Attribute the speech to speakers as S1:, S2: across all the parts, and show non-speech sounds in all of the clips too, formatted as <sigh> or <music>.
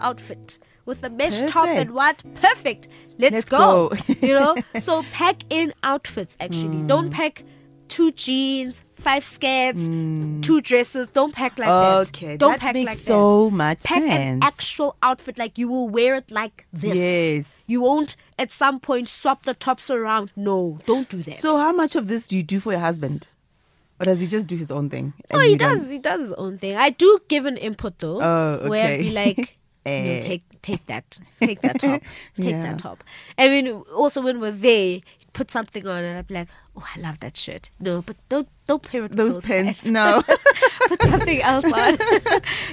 S1: outfit with the mesh top and what? Perfect. Let's,
S2: Let's
S1: go.
S2: go. Hmm.
S1: you
S2: <laughs>
S1: know? So pack in outfits actually. Don't pack two jeans, five skirts, two dresses. Don't pack like that.
S2: Hmm. Okay,
S1: Uh, Don't
S2: that
S1: pack
S2: makes
S1: like
S2: so
S1: that.
S2: much
S1: pack an
S2: sense.
S1: actual outfit like you will wear it like this.
S2: Yes.
S1: You won't at some point swap the tops around. No, don't do that.
S2: So how much of this do you do for your husband? Or does he just do his own thing?
S1: No,
S2: and
S1: Oh, he
S2: you don't-
S1: does. He does his own thing. I do give an input though,
S2: Oh,
S1: where I'd be
S2: okay. <laughs>
S1: like,
S2: Eh.
S1: no, take take that, take that
S2: <laughs>
S1: top, take
S2: Yeah.
S1: that top. I mean, also when we're there, he'd put something on, and I'd be like, oh, I love that shirt. No, but don't don't pair it with
S2: Those
S1: those
S2: pens.
S1: pants. <laughs>
S2: No.
S1: put something else on.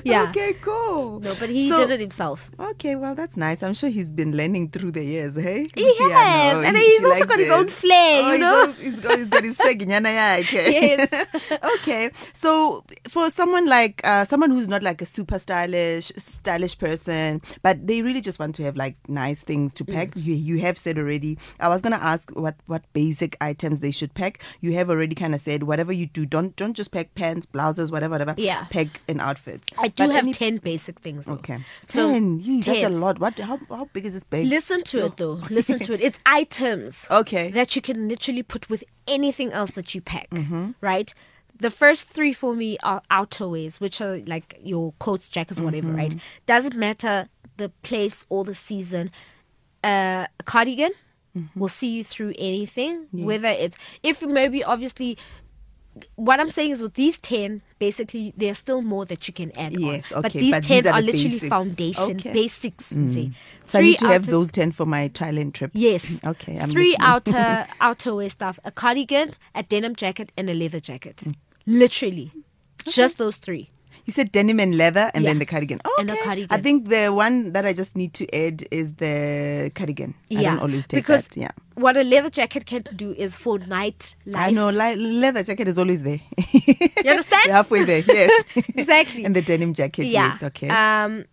S1: yeah.
S2: <laughs> Okay, cool.
S1: No, but he
S2: So-
S1: did it himself.
S2: Okay, well, that's nice. I'm sure he's been learning through the years, hey?
S1: He has, and
S2: he-
S1: he's
S2: she
S1: also
S2: likes
S1: got his own flair,
S2: Oh,
S1: you
S2: he's
S1: know? <laughs>
S2: al- he's got, he's got his swaginyana yakhe. <laughs> okay, so for someone like, uh, someone who's not like a super stylish, stylish person, but they really just want to have like nice things to pack,
S1: Mm.
S2: you, you have said already, I was going to ask what, what basic items they should pack. You have already kind of said, whatever you do, don't don't just pack pants, blouses, whatever, whatever.
S1: Yeah.
S2: Pack an outfit.
S1: I do
S2: But
S1: have
S2: any-
S1: ten basic things. Though.
S2: Okay.
S1: So,
S2: ten. Yee, That's a
S1: 10.
S2: lot. What? How, how big is this bag?
S1: Listen to it though. Listen to it.
S2: <laughs>
S1: It's items.
S2: Okay.
S1: That you can literally put with anything else that you pack,
S2: Mm-hmm.
S1: right? The first three for me are outerwears, which are like your coats, jackets, whatever,
S2: Mm-hmm.
S1: right? Doesn't matter the place or the season. Uh, a cardigan
S2: Mm-hmm.
S1: will see you through anything, whether it's, if maybe obviously what I'm saying is with these 10, basically, there's still more that you can add
S2: Yes,
S1: on. but
S2: okay,
S1: these
S2: but
S1: 10
S2: these are
S1: are
S2: the
S1: literally
S2: basics.
S1: foundation,
S2: Okay. Mm.
S1: basics. Nje.
S2: so I need to have
S1: outer-
S2: those ten for my Thailand trip.
S1: Yes.
S2: <clears throat> Okay. I'm
S1: Three
S2: listening. <laughs>
S1: outer outerwear stuff: a cardigan, a denim jacket, and a leather jacket.
S2: Mm.
S1: Literally, just those three.
S2: You said denim and leather, and then
S1: Yeah.
S2: the cardigan.
S1: And a
S2: Okay.
S1: cardigan.
S2: I think the one that I just need to add is the cardigan. I
S1: yeah,
S2: don't always take
S1: because
S2: that. Yeah.
S1: what a leather jacket can do is for night life.
S2: I know li- leather jacket is always there.
S1: You
S2: <laughs>
S1: understand?
S2: We're halfway there. Yes.
S1: <laughs> Exactly.
S2: and the denim jacket.
S1: Yeah.
S2: Yes. Okay.
S1: Um,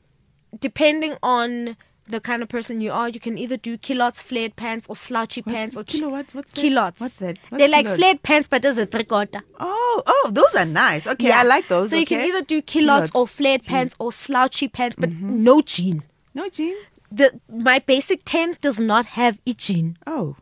S1: depending on the kind of person you are, you can either do kilots, flared pants, or slouchy pants, or ch-
S2: kilo what? What's that?
S1: kilots.
S2: What's that? What's
S1: They're like
S2: kilot?
S1: flared pants, but there's a three quarter.
S2: oh, oh, those are nice. Okay, I like those.
S1: So you can
S2: okay.
S1: either do kilots,
S2: Culottes.
S1: or flared pants or slouchy pants, but
S2: Mm-hmm.
S1: no jean.
S2: no jean.
S1: the my basic 10 does not have ichin.
S2: Oh.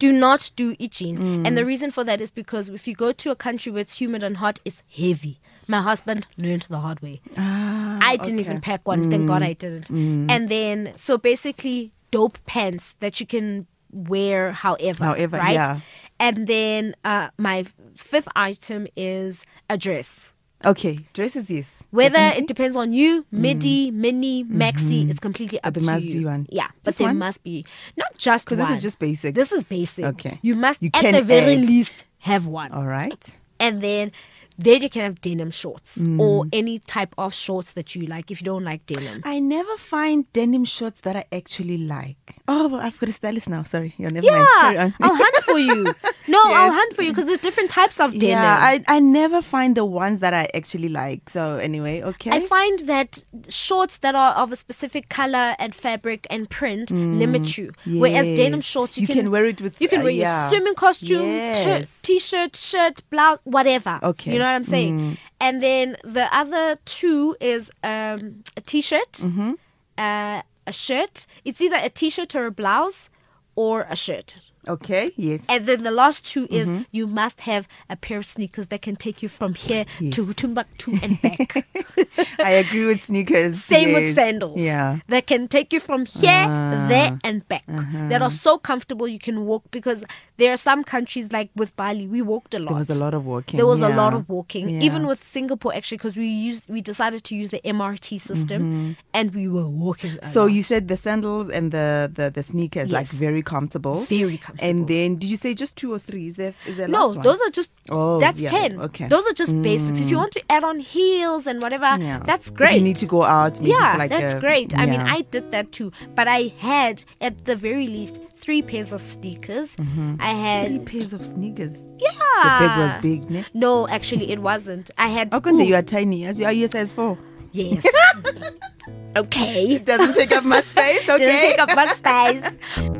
S1: Do not do ichin.
S2: Hmm.
S1: And the reason for that is because if you go to a country where it's humid and hot, it's heavy. My husband learned the hard way.
S2: Ah, Oh,
S1: I didn't even pack one. Thank God
S2: Hmm.
S1: I didn't. And then, so basically, dope pants that you can wear however.
S2: However,
S1: right?
S2: yeah.
S1: And then uh, my fifth item is a dress.
S2: Okay. Dresses. Yes.
S1: Whether it depends on you, midi, mini, maxi, it's completely up
S2: Mm. Mm-hmm. there
S1: to
S2: must
S1: you.
S2: be one.
S1: Yeah, but
S2: Just
S1: there
S2: one?
S1: must be not just because
S2: this is just basic.
S1: This is basic.
S2: Okay.
S1: you must
S2: You
S1: at
S2: can
S1: the very
S2: add. Oh.
S1: least have one,
S2: All right.
S1: and then then you can have denim shorts
S2: Mm.
S1: or any type of shorts that you like. If you don't like denim,
S2: I never find denim shorts that I actually like. Oh, well, I've got a stylist now. Sorry, you're never mind. Carry
S1: yeah,
S2: on.
S1: I'll hunt for
S2: <laughs>
S1: you. No, I'll
S2: Yes.
S1: hunt for you because there's different types of denim.
S2: Yeah, I, I never find the ones that I actually like. So anyway, okay.
S1: I find that shorts that are of a specific color and fabric and print limit you. Whereas denim
S2: Mm. Yes.
S1: shorts, you,
S2: You can wear it with-
S1: you can
S2: uh,
S1: wear
S2: yeah.
S1: your swimming costume,
S2: Yes.
S1: t- shirt shirt, blouse, whatever.
S2: Okay. Mm.
S1: you know what I'm saying. And then the other two is um, a t-shirt,
S2: Mm-hmm.
S1: uh, a shirt. It's either a t-shirt or a blouse or a shirt.
S2: okay, yes.
S1: And then the last two is
S2: Mm-hmm.
S1: you must have a pair of sneakers that can take you from here to Timbuktu and back.
S2: <laughs> I agree with
S1: <laughs>
S2: sneakers.
S1: Same
S2: yes.
S1: with sandals.
S2: Yeah. Ah.
S1: That can take you from here, there, and back.
S2: Uh-huh.
S1: That are so comfortable you can walk because there are some countries like with Bali, we walked a lot.
S2: There was a lot of walking.
S1: There was a lot
S2: yeah.
S1: of walking,
S2: Yeah.
S1: even with Singapore actually, because we used we decided to use the MRT system and we were walking. a
S2: Mm-hmm. So
S1: lot.
S2: you said the sandals and the the, the sneakers like
S1: Yes.
S2: very comfortable.
S1: Very comfortable.
S2: And then did you say just two or three? Is there is there
S1: no,
S2: last one?
S1: those are just
S2: Oh,
S1: that's
S2: yeah,
S1: ten.
S2: okay. Mm.
S1: those are just basics. If you want to add on heels and whatever, that's great.
S2: You need to go out. Maybe
S1: yeah,
S2: for like
S1: that's
S2: a-
S1: great. I mean,
S2: yeah.
S1: I did that too, but I had at the very least three pairs of sneakers. I
S2: Mm-hmm.
S1: Ah.
S2: Three
S1: had
S2: pairs of sneakers.
S1: yeah.
S2: The bag was big, ne?
S1: No, actually, it wasn't. I had.
S2: How come
S1: ooh,
S2: you are tiny? As you are, you a size four. <laughs>
S1: Yes. okay.
S2: Doesn't take up much space. Okay.
S1: Didn't take up much space.